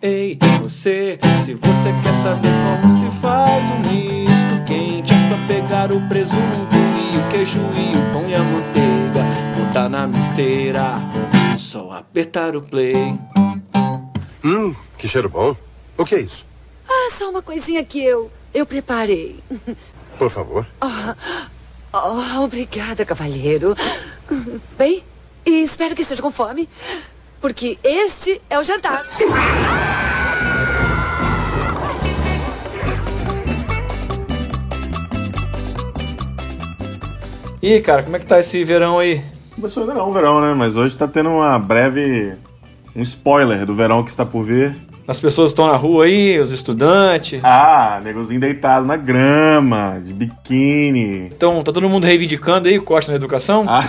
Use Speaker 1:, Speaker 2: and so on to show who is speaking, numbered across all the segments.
Speaker 1: Ei, você, se você quer saber como se faz um misto quente, é só pegar o presunto e o queijo e o pão e a manteiga, botar na misteira, só apertar o play.
Speaker 2: Hum, que cheiro bom. O que é isso?
Speaker 3: Ah, só uma coisinha que eu. eu preparei.
Speaker 2: Por favor.
Speaker 3: Oh, obrigada, cavalheiro. Bem, e espero que esteja com fome, porque este é o jantar.
Speaker 4: Ih, cara, como é que tá esse verão aí?
Speaker 5: Começou ainda não o verão, né? Mas hoje tá tendo uma breve. um spoiler do verão que está por vir.
Speaker 4: As pessoas estão na rua aí, os estudantes.
Speaker 5: Ah, negozinho deitado na grama, de biquíni.
Speaker 4: Então, tá todo mundo reivindicando aí o corte na educação?
Speaker 5: Ah.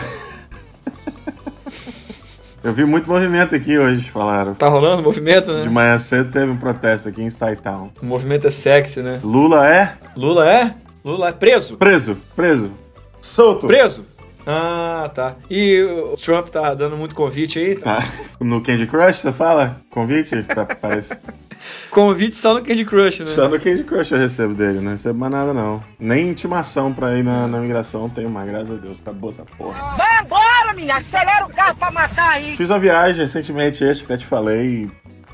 Speaker 5: Eu vi muito movimento aqui hoje, falaram.
Speaker 4: Tá rolando o movimento, né?
Speaker 5: De manhã cedo teve um protesto aqui em Stuytown.
Speaker 4: O movimento é sexy, né?
Speaker 5: Lula é
Speaker 4: Lula é? Lula é preso?
Speaker 5: preso, preso, solto.
Speaker 4: Preso? Ah, tá. E o Trump tá dando muito convite aí.
Speaker 5: Tá. No Candy Crush, você fala? Convite? Pra- Parece.
Speaker 4: Convite só no Candy Crush, né?
Speaker 5: Só no Candy Crush eu recebo dele, não recebo mais nada não. Nem intimação pra ir na, na imigração eu tenho mais, graças a Deus. Acabou essa porra.
Speaker 6: Vai embora, menina. Acelera o carro pra matar aí.
Speaker 5: Fiz uma viagem recentemente, este que até te falei.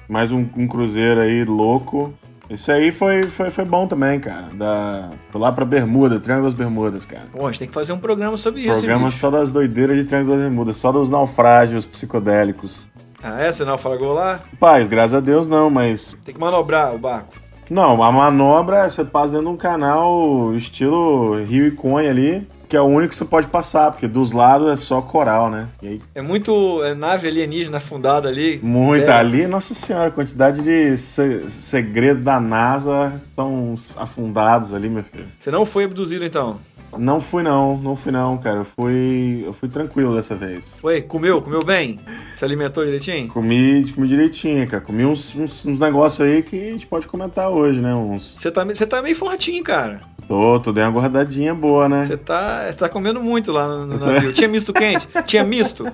Speaker 5: Mais um, um cruzeiro aí louco. Esse aí foi, foi, foi bom também, cara. Da, foi lá pra Bermuda, Triângulo das Bermudas, cara.
Speaker 4: Pô, a gente tem que fazer um programa sobre isso, hein,
Speaker 5: Programa
Speaker 4: bicho?
Speaker 5: só das doideiras de Triângulo das Bermudas, só dos naufrágios psicodélicos.
Speaker 4: Ah, é? Você naufragou lá?
Speaker 5: Paz, graças a Deus não, mas
Speaker 4: Tem que manobrar o barco.
Speaker 5: Não, a manobra você passa dentro de um canal estilo Rio e Conha ali, que é o único que você pode passar, porque dos lados é só coral, né? E aí,
Speaker 4: É muito é, nave alienígena afundada ali.
Speaker 5: muita
Speaker 4: Terra.
Speaker 5: ali, nossa senhora, a quantidade de se- segredos da NASA estão afundados ali, meu filho.
Speaker 4: Você não foi abduzido, então?
Speaker 5: Não fui não, não fui não, cara. Eu fui, eu fui tranquilo dessa vez.
Speaker 4: Foi? Comeu? Comeu bem? Se alimentou direitinho?
Speaker 5: Comi, comi direitinho, cara. Comi uns, uns, uns negócios aí que a gente pode comentar hoje, né? Uns.
Speaker 4: Você tá, me- você tá meio fortinho, cara.
Speaker 5: Tô, tô dei uma guardadinha boa, né?
Speaker 4: Você tá, você tá comendo muito lá no, no navio. Tinha misto quente? Tinha misto?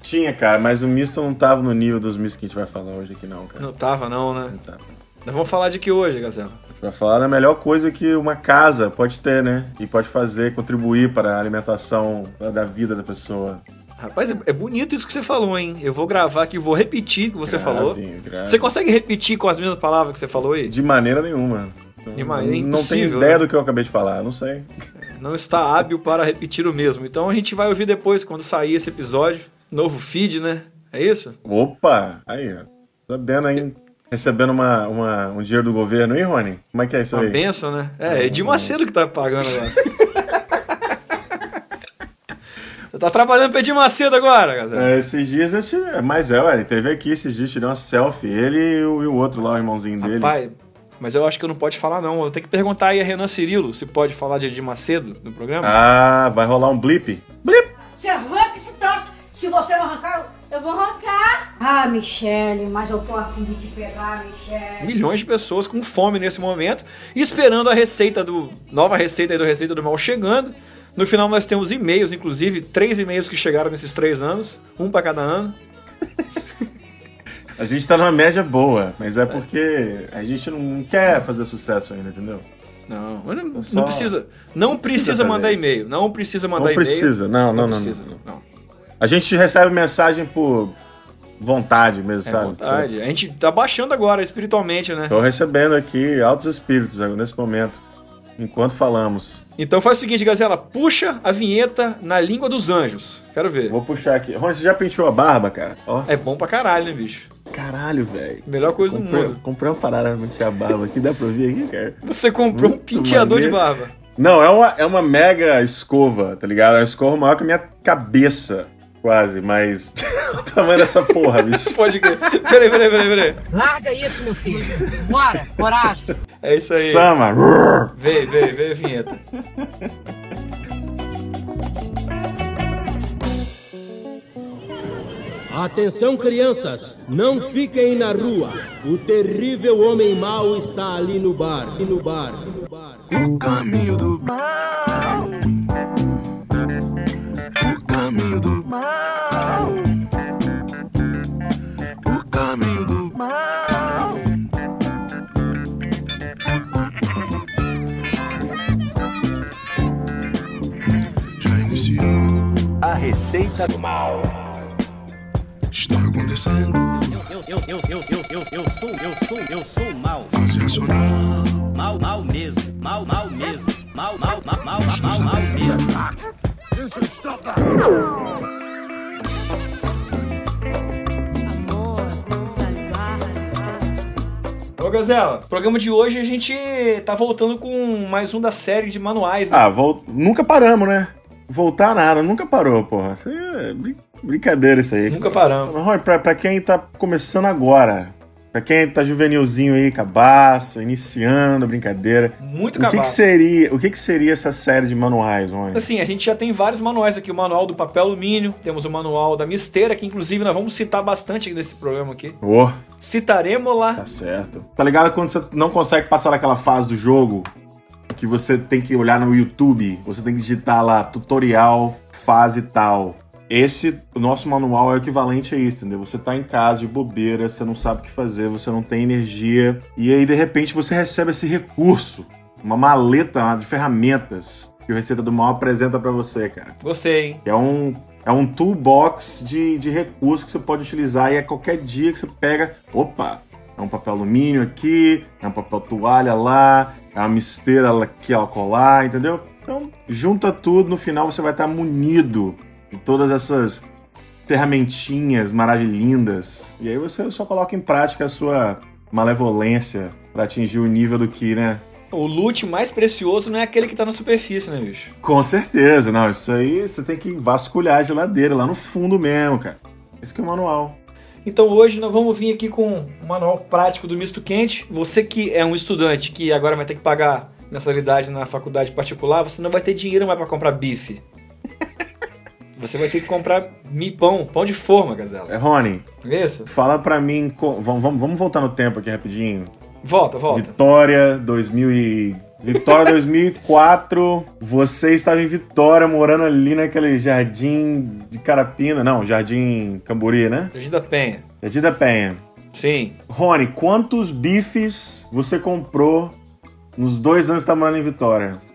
Speaker 5: Tinha, cara, mas o misto não tava no nível dos mistos que a gente vai falar hoje aqui, não, cara.
Speaker 4: Não tava, não, né?
Speaker 5: Tá. A
Speaker 4: Nós vamos falar de que hoje, Gazela?
Speaker 5: gente vai falar da melhor coisa que uma casa pode ter, né? E pode fazer, contribuir para a alimentação da- da vida da pessoa.
Speaker 4: Rapaz, é, é bonito isso que você falou, hein? Eu vou gravar aqui, vou repetir o que você
Speaker 5: Grave,
Speaker 4: falou.
Speaker 5: grave.
Speaker 4: Você consegue repetir com as mesmas palavras que você falou aí?
Speaker 5: De maneira nenhuma. Então,
Speaker 4: De maneira
Speaker 5: Não- Não tenho
Speaker 4: impossível,
Speaker 5: ideia
Speaker 4: né?
Speaker 5: do que eu acabei de falar, não sei.
Speaker 4: não está hábil para repetir o mesmo. Então a gente vai ouvir depois, quando sair esse episódio. Novo feed, né? É isso?
Speaker 5: Opa! Aí, ó. Sabendo, hein? Recebendo uma, uma- um dinheiro do governo, hein, Rony? Como é que é isso
Speaker 4: Uma
Speaker 5: aí?
Speaker 4: benção, né? É, é de Macedo que tá pagando agora. Você tá trabalhando pra Edir Macedo agora, galera.
Speaker 5: É, esses dias eu tirei. Mas é, ué, ele teve aqui esses dias, tirei uma selfie, ele e o, e o outro lá, o irmãozinho dele.
Speaker 4: Pai, mas eu acho que eu não pode falar, não. Eu vou ter que perguntar aí a Renan Cirilo se pode falar de Edir Macedo no programa.
Speaker 5: Ah, vai rolar um blip? Blip!
Speaker 7: Você arranca esse troço. Se você não arrancar, eu vou arrancar. Ah, Michele, mas eu tô afim de te pegar, Michele.
Speaker 4: Milhões de pessoas com fome nesse momento, esperando a receita do. Nova receita aí do Receita do Mal chegando. No final nós temos e-mails, inclusive, três e-mails que chegaram nesses três anos, um pra cada ano.
Speaker 5: A gente tá numa média boa, mas é porque a gente não quer fazer sucesso ainda, entendeu?
Speaker 4: Não, eu não, não
Speaker 5: Só-
Speaker 4: precisa. Não
Speaker 5: precisa
Speaker 4: precisa mandar
Speaker 5: fazer isso.
Speaker 4: e-mail. Não precisa mandar
Speaker 5: Não
Speaker 4: e-mail.
Speaker 5: precisa, não, não, não,
Speaker 4: precisa,
Speaker 5: não, A gente recebe mensagem por vontade mesmo,
Speaker 4: É
Speaker 5: sabe?
Speaker 4: vontade. A gente tá baixando agora espiritualmente, né?
Speaker 5: Tô recebendo aqui altos espíritos agora, nesse momento, enquanto falamos.
Speaker 4: Então faz o seguinte, Gazela, puxa a vinheta na língua dos anjos. Quero ver.
Speaker 5: Vou puxar aqui. Rony, você já penteou a barba, cara? Ó,
Speaker 4: É bom pra caralho, né, bicho?
Speaker 5: caralho, velho.
Speaker 4: Melhor coisa
Speaker 5: Comprei-
Speaker 4: do mundo.
Speaker 5: Comprei uma parada pra pentear a barba aqui, dá pra ouvir aqui, cara?
Speaker 4: Você comprou um
Speaker 5: Muito
Speaker 4: penteador de
Speaker 5: maneiro.
Speaker 4: barba.
Speaker 5: Não, é uma, é uma mega escova, tá ligado? É uma escova maior que a minha cabeça, quase, mas. o tamanho dessa porra, bicho.
Speaker 4: Pode crer. Peraí, peraí, peraí, peraí.
Speaker 6: Larga isso, meu filho. Bora, coragem.
Speaker 4: É isso aí.
Speaker 5: Sama! rrr.
Speaker 4: Vem, vem, vem a vinheta.
Speaker 8: Atenção, crianças, não fiquem na rua. O terrível homem mau está ali no bar, ali no bar. ali no bar.
Speaker 9: O caminho do mal. receita do mal.
Speaker 10: Está acontecendo,
Speaker 9: Eu, eu, eu, eu, eu, eu, eu sou, eu sou, eu sou mal.
Speaker 10: fase acionar.
Speaker 9: Mal, mal mesmo. Mal, mal mesmo. Mal, mal, mal, mal, mal, mal mesmo.
Speaker 4: Ô, Gazela, programa de hoje a gente tá voltando com mais um da série de manuais. né?
Speaker 5: Ah, vol... nunca paramos, né? Voltar nada, nunca parou, porra. Isso aí é brin- brincadeira isso aí.
Speaker 4: Nunca paramos.
Speaker 5: Mas, Rony, pra, pra quem tá começando agora, pra quem tá juvenilzinho aí, cabaço, iniciando a brincadeira,
Speaker 4: Muito
Speaker 5: o que, que
Speaker 4: cavalo.
Speaker 5: seria, o que que seria essa série de manuais, Rony?
Speaker 4: Assim, a gente já tem vários manuais aqui. O manual do papel alumínio, temos o manual da misteira, que inclusive nós vamos citar bastante nesse programa aqui.
Speaker 5: Ô,
Speaker 4: Citaremos lá.
Speaker 5: tá certo. Tá ligado quando você não consegue passar daquela fase do jogo que você tem que olhar no YouTube, você tem que digitar lá tutorial, fase tal. Esse o nosso manual é o equivalente a isso, entendeu? Você tá em casa de bobeira, você não sabe o que fazer, você não tem energia, e aí de repente você recebe esse recurso, uma maleta de ferramentas que o Receita do Mal apresenta pra você, cara.
Speaker 4: Gostei, hein?
Speaker 5: É um, é um toolbox de, de recursos que você pode utilizar e a qualquer dia que você pega. Opa! É um papel alumínio aqui, é um papel toalha lá, é uma misteira lá- aqui ao colar, entendeu? Então, junta tudo, no final você vai estar munido de todas essas ferramentinhas maravilhindas. E aí você só coloca em prática a sua malevolência pra atingir o nível do que, né?
Speaker 4: O loot mais precioso não é aquele que tá na superfície, né, bicho?
Speaker 5: Com certeza, não. Isso aí você tem que vasculhar a geladeira lá no fundo mesmo, cara. Esse que é o manual.
Speaker 4: Então hoje nós vamos vir aqui com um manual prático do misto quente. Você que é um estudante que agora vai ter que pagar mensalidade na faculdade particular, você não vai ter dinheiro mais pra comprar bife. Você vai ter que comprar mi pão, pão de forma, gazela.
Speaker 5: É, Rony,
Speaker 4: É isso?
Speaker 5: fala pra mim. co- Vamos, vamos- vamos voltar no tempo aqui rapidinho.
Speaker 4: Volta, volta.
Speaker 5: Vitória 2000 e. Vitória 2004. Você estava em Vitória, morando ali naquele jardim de Carapina. Não, jardim Camburi, né?
Speaker 4: Jardim da Penha.
Speaker 5: Jardim da Penha.
Speaker 4: Sim.
Speaker 5: Rony, quantos bifes você comprou nos dois anos que tá morando em Vitória?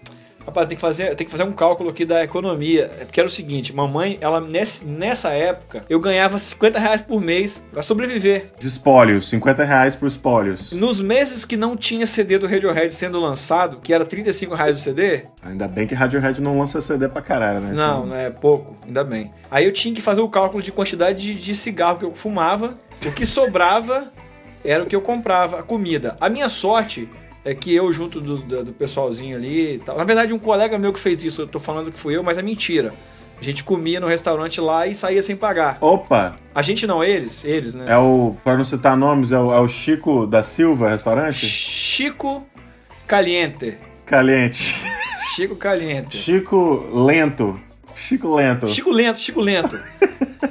Speaker 4: Rapaz, tem que, fazer, tem que fazer um cálculo aqui da economia. É Porque era o seguinte, mamãe, ela nesse- nessa época, eu ganhava 50 reais por mês pra sobreviver.
Speaker 5: De espólios, 50 reais por espólios.
Speaker 4: Nos meses que não tinha CD do Radiohead sendo lançado, que era 35 reais o CD,
Speaker 5: Ainda bem que Radiohead não lança CD pra caralho, né?
Speaker 4: não, não é pouco, ainda bem. Aí eu tinha que fazer o cálculo de quantidade de, de cigarro que eu fumava, o que sobrava era o que eu comprava, a comida. A minha sorte é que eu, junto do, do, do pessoalzinho ali e tal. Na verdade, um colega meu que fez isso, eu tô falando que fui eu, mas é mentira. A gente comia no restaurante lá e saía sem pagar.
Speaker 5: Opa,
Speaker 4: A gente não, eles, eles, né?
Speaker 5: é o. Pra não citar nomes, é o, é o Chico da Silva Restaurante?
Speaker 4: Chico Caliente.
Speaker 5: Caliente.
Speaker 4: Chico Caliente.
Speaker 5: Chico Lento. Chico Lento.
Speaker 4: Chico lento, Chico lento.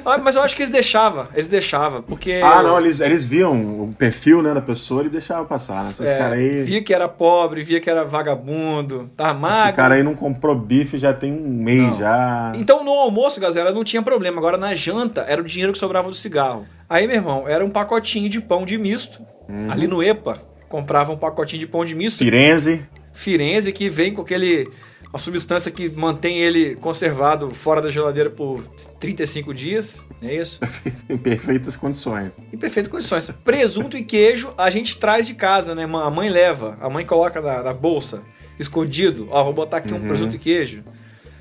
Speaker 4: Ah, Mas eu acho que eles deixavam, eles deixavam, porque...
Speaker 5: Ah, não, eles, eles viam o perfil né, da pessoa e deixavam passar, né? Esses
Speaker 4: é,
Speaker 5: caras aí.
Speaker 4: Via que era pobre, via que era vagabundo, tava magro.
Speaker 5: Esse cara aí não comprou bife já tem um mês
Speaker 4: Ah, Não.
Speaker 5: já.
Speaker 4: Então no almoço, galera, não tinha problema. Agora na janta era o dinheiro que sobrava do cigarro. Aí, meu irmão, era um pacotinho de pão de misto.
Speaker 5: Uhum.
Speaker 4: Ali no EPA, comprava um pacotinho de pão de misto.
Speaker 5: Firenze.
Speaker 4: Firenze, que vem com aquele... Uma substância que mantém ele conservado fora da geladeira por 35 dias, não é isso?
Speaker 5: Em perfeitas condições.
Speaker 4: Em perfeitas condições. Presunto e queijo a gente traz de casa, né? A mãe leva, a mãe coloca na, na bolsa, escondido. Ó, vou botar
Speaker 5: Uhum.
Speaker 4: aqui um presunto e queijo.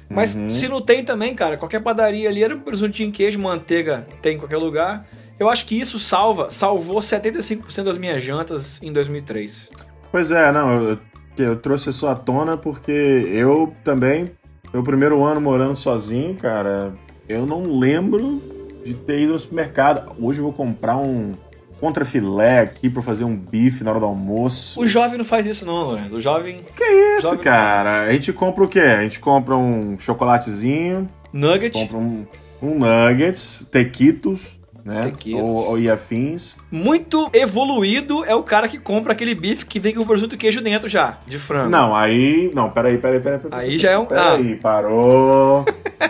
Speaker 4: Mas se não tem também, cara, qualquer padaria ali era um presuntinho e queijo, manteiga tem em qualquer lugar. Eu acho que isso salva, salvou 75% das minhas jantas em 2003.
Speaker 5: Pois é, não, eu, eu trouxe isso à tona porque eu também, meu primeiro ano morando sozinho, cara, eu não lembro de ter ido no supermercado. Hoje eu vou comprar um contrafilé aqui pra fazer um bife na hora do almoço.
Speaker 4: O jovem não faz isso não, Lorenzo. O jovem
Speaker 5: que é isso,
Speaker 4: jovem não
Speaker 5: cara? A gente compra o quê? A gente compra um chocolatezinho,
Speaker 4: nugget,
Speaker 5: compra um, um nuggets, tequitos, né?
Speaker 4: Tequitos.
Speaker 5: Ou, ou e afins.
Speaker 4: muito evoluído é o cara que compra aquele bife que vem com o presunto e queijo dentro já, de frango.
Speaker 5: Não, aí. Não, peraí, peraí, peraí. peraí
Speaker 4: Aí já é um-
Speaker 5: Peraí, parou.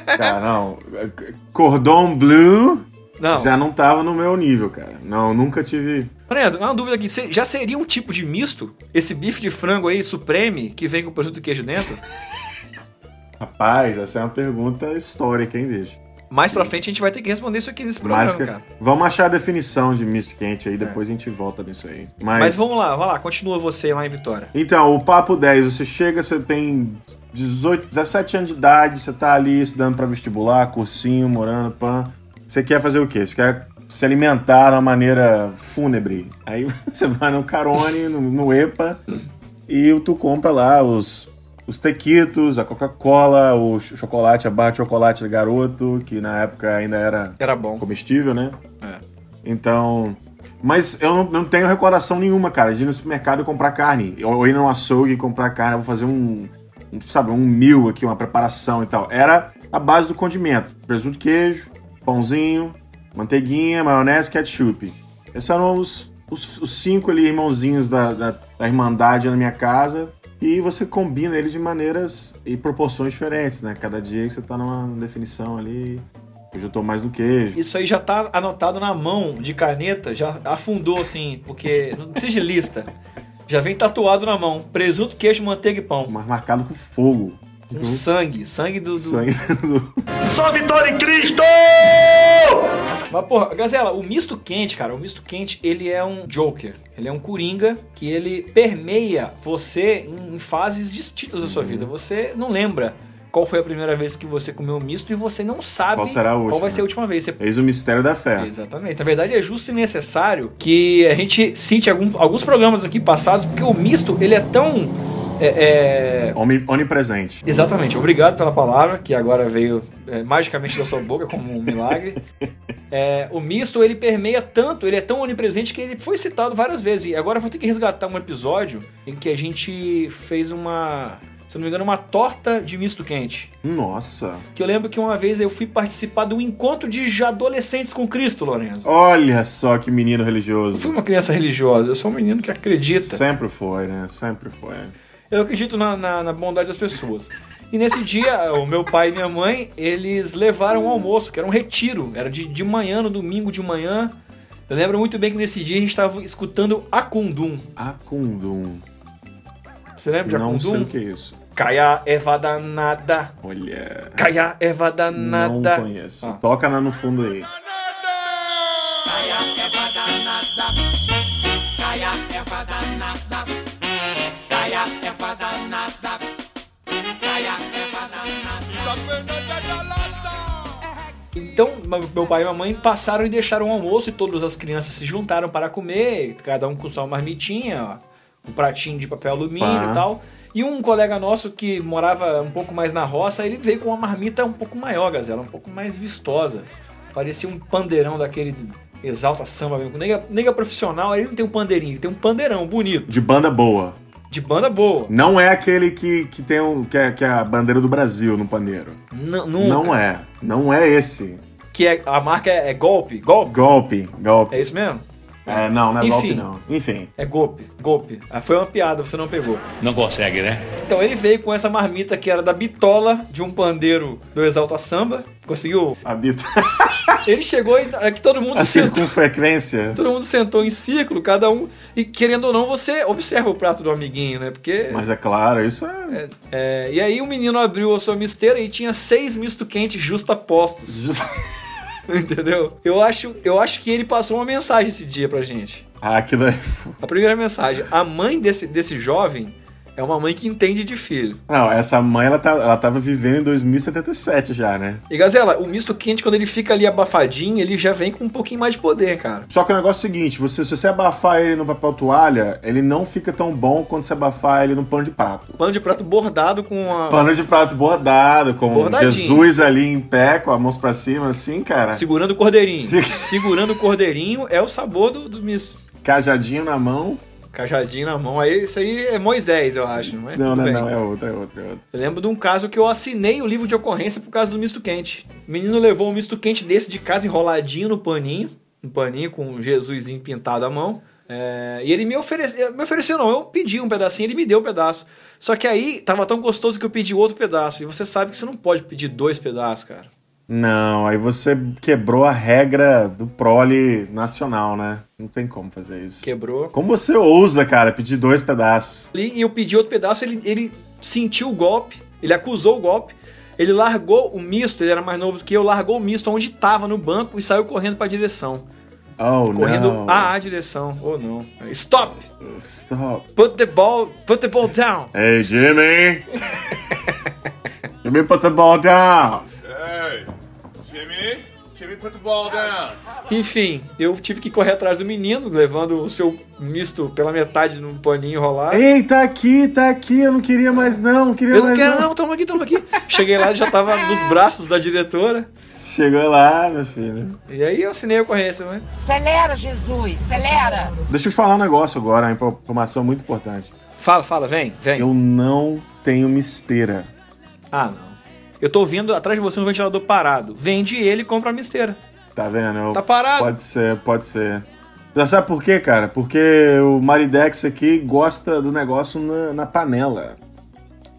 Speaker 5: cara, não. Cordon Bleu
Speaker 4: Não.
Speaker 5: já não tava no meu nível, cara. Não, nunca tive.
Speaker 4: Lorenzo, uma dúvida aqui. Cê- Já seria um tipo de misto? Esse bife de frango aí, supreme, que vem com presunto e queijo dentro?
Speaker 5: Rapaz, essa é uma pergunta histórica, hein, bicho?
Speaker 4: Mais pra frente a gente vai ter que responder isso aqui nesse programa,
Speaker 5: Mas que-
Speaker 4: cara. É.
Speaker 5: Vamos achar a definição de misto quente aí, depois a gente volta nisso aí. Mas,
Speaker 4: Mas vamos lá, vai lá, continua você lá em Vitória.
Speaker 5: Então, o papo 10, você chega, você tem 18, 17 anos de idade, você tá ali estudando pra vestibular, cursinho, morando, pan. Você quer fazer o quê? Você quer se alimentar de uma maneira fúnebre. Aí você vai no Carone, no, no EPA, e tu compra lá os, os tequitos, a Coca-Cola, o ch- chocolate, a barra de chocolate do garoto, que na época ainda era
Speaker 4: Era bom.
Speaker 5: comestível, né? Então. Mas eu não, não tenho recordação nenhuma, cara, de ir no supermercado e comprar carne. Ou ou ir no açougue e comprar carne, eu vou fazer um, um, sabe, um mil aqui, uma preparação e tal. Era a base do condimento: presunto, queijo, pãozinho, manteiguinha, maionese, ketchup. Esses eram os, os, os cinco ali irmãozinhos da, da, da Irmandade na minha casa. E você combina ele de maneiras e proporções diferentes, né? Cada dia que você tá numa definição ali. Hoje eu tô mais no queijo.
Speaker 4: Isso aí já tá anotado na mão de caneta, já afundou assim, porque não precisa de lista. Já vem tatuado na mão. Presunto, queijo, manteiga e pão.
Speaker 5: mas marcado com fogo.
Speaker 4: Com
Speaker 5: Com
Speaker 4: sangue, sangue do. do-
Speaker 5: Uhum. Sangue.
Speaker 4: Mas, porra, Gazela, o misto quente, cara, o misto quente, ele é um Joker. Ele é um coringa que ele permeia você em, em fases distintas da
Speaker 5: Uhum.
Speaker 4: sua vida. Você não lembra qual foi a primeira vez que você comeu um misto e você não sabe
Speaker 5: Qual será a última,
Speaker 4: vai ser a
Speaker 5: né?
Speaker 4: última vez. Você
Speaker 5: Eis o mistério da fé.
Speaker 4: Exatamente. Na verdade, é justo e necessário que a gente cite algum- alguns programas aqui passados, porque o misto, ele é tão... é- é-
Speaker 5: Omni- Onipresente.
Speaker 4: Exatamente. Obrigado pela palavra, que agora veio é, magicamente da sua boca como um milagre. É, o misto, ele permeia tanto, ele é tão onipresente que ele foi citado várias vezes. E agora eu vou ter que resgatar um episódio em que a gente fez uma... Se eu não me engano, uma torta de misto quente.
Speaker 5: Nossa.
Speaker 4: Que eu lembro que uma vez eu fui participar de um encontro de adolescentes com Cristo, Lorenzo.
Speaker 5: Olha só que menino
Speaker 4: Eu fui
Speaker 5: religioso.
Speaker 4: uma criança religiosa, eu sou um menino que acredita.
Speaker 5: Sempre foi, né? Sempre foi.
Speaker 4: Eu acredito na, na- na bondade das pessoas. E nesse dia, o meu pai e minha mãe, eles levaram um almoço, que era um retiro. Era de, de manhã, no domingo de manhã. Eu lembro muito bem que nesse dia a gente estava escutando Acundum.
Speaker 5: Acundum.
Speaker 4: Você lembra de
Speaker 5: Não sei
Speaker 4: Acundum?
Speaker 5: o que é isso.
Speaker 4: Caia Eva danada,
Speaker 5: Olha.
Speaker 4: caia Eva
Speaker 5: Não
Speaker 4: danada.
Speaker 5: conheço.
Speaker 4: Ah.
Speaker 5: Toca lá no fundo aí.
Speaker 4: Então, ma- meu pai e minha mãe passaram e deixaram o almoço e todas as crianças se juntaram para comer, cada um com sua marmitinha, ó, um pratinho de papel alumínio
Speaker 5: Pá.
Speaker 4: e tal. E um colega nosso que morava um pouco mais na roça, ele veio com uma marmita um pouco maior, gazela, um pouco mais vistosa. Parecia um pandeirão daquele exalta samba mesmo. Nega, nega profissional, ele não tem um pandeirinho, ele tem um pandeirão bonito,
Speaker 5: De banda boa.
Speaker 4: de banda boa.
Speaker 5: Não é aquele que, que tem um, que, é, que é a bandeira do Brasil no pandeiro.
Speaker 4: N-
Speaker 5: Não
Speaker 4: nunca.
Speaker 5: é. Não é esse.
Speaker 4: Que é, a marca é, é golpe, golpe.
Speaker 5: Golpe. Golpe.
Speaker 4: É isso mesmo?
Speaker 5: É, não, não é golpe
Speaker 4: Enfim.
Speaker 5: não. Enfim.
Speaker 4: É golpe, golpe. Ah, foi uma piada, você não pegou.
Speaker 9: Não consegue, né?
Speaker 4: Então ele veio com essa marmita que era da bitola de um pandeiro do Exalta Samba. Conseguiu?
Speaker 5: Habita
Speaker 4: Ele chegou e é que todo mundo
Speaker 5: a
Speaker 4: sentou.
Speaker 5: circunfrequência.
Speaker 4: Todo mundo sentou em círculo, cada um. E querendo ou não, você observa o prato do amiguinho, né? Porque.
Speaker 5: Mas é claro, isso é.
Speaker 4: é, e aí o menino abriu a sua misteira e tinha seis misto quentes justo apostos.
Speaker 5: Just-
Speaker 4: Entendeu? Eu acho, eu acho que ele passou uma mensagem esse dia pra gente.
Speaker 5: Ah, aquilo é.
Speaker 4: A primeira mensagem: a mãe desse, desse jovem é uma mãe que entende de filho.
Speaker 5: Não, essa mãe, ela, tá, ela tava vivendo em 2077 já, né?
Speaker 4: E Gazela, o misto quente, quando ele fica ali abafadinho, ele já vem com um pouquinho mais de poder, cara.
Speaker 5: Só que o negócio é o seguinte: você, se você abafar ele no papel toalha, ele não fica tão bom quanto se abafar ele no pano de prato.
Speaker 4: Pano de prato bordado com a.
Speaker 5: Pano de prato bordado, com
Speaker 4: Ah. Bordadinho.
Speaker 5: Jesus ali em pé, com as mãos pra cima, assim, cara.
Speaker 4: Segurando o cordeirinho.
Speaker 5: Se-
Speaker 4: Segurando o cordeirinho é o sabor do, do misto.
Speaker 5: Cajadinho na mão.
Speaker 4: Cajadinho na mão, aí isso aí é Moisés, eu acho. Mas
Speaker 5: não,
Speaker 4: tudo
Speaker 5: não,
Speaker 4: bem.
Speaker 5: não, é outro, é outro, é outro.
Speaker 4: Eu lembro de um caso que eu assinei o livro de ocorrência por causa do misto quente. O menino levou um misto quente desse de casa enroladinho no paninho, um paninho com um Jesusinho pintado à mão. É, e ele me ofereceu, me ofereceu não, eu pedi um pedacinho, ele me deu um pedaço. Só que aí tava tão gostoso que eu pedi outro pedaço. E você sabe que você não pode pedir dois pedaços, cara.
Speaker 5: Não, aí você quebrou a regra do prole nacional, né? Não tem como fazer isso.
Speaker 4: Quebrou.
Speaker 5: Como você ousa, cara, pedir dois pedaços?
Speaker 4: Ali, e eu pedi outro pedaço, ele, ele sentiu o golpe, ele acusou o golpe. Ele largou o misto, ele era mais novo do que eu, largou o misto onde estava no banco e saiu correndo pra direção.
Speaker 5: Oh,
Speaker 4: Correndo
Speaker 5: não.
Speaker 4: à direção. Oh, não. Stop!
Speaker 5: Stop.
Speaker 4: Put the ball, put the ball down!
Speaker 5: Hey, Jimmy! Jimmy, put the ball down!
Speaker 4: Enfim, eu tive que correr atrás do menino, levando o seu misto pela metade num paninho enrolado.
Speaker 5: Ei, tá aqui, tá aqui, eu não queria mais não, não queria
Speaker 4: Eu não
Speaker 5: mais
Speaker 4: quero, não, toma aqui, toma aqui. Cheguei lá, ele já tava nos braços da diretora.
Speaker 5: Chegou lá, meu filho.
Speaker 4: E aí eu assinei a ocorrência, né?
Speaker 6: Acelera, Jesus, acelera.
Speaker 5: Deixa eu te falar um negócio agora, uma informação é muito importante.
Speaker 4: Fala, fala, vem, vem.
Speaker 5: Eu não tenho misteira.
Speaker 4: Ah, não. Eu tô ouvindo atrás de você um ventilador parado. Vende ele e compra a misteira.
Speaker 5: Tá vendo? Eu-
Speaker 4: Tá parado.
Speaker 5: Pode ser, pode ser. Já sabe por quê, cara? Porque o Maridex aqui gosta do negócio na, na panela.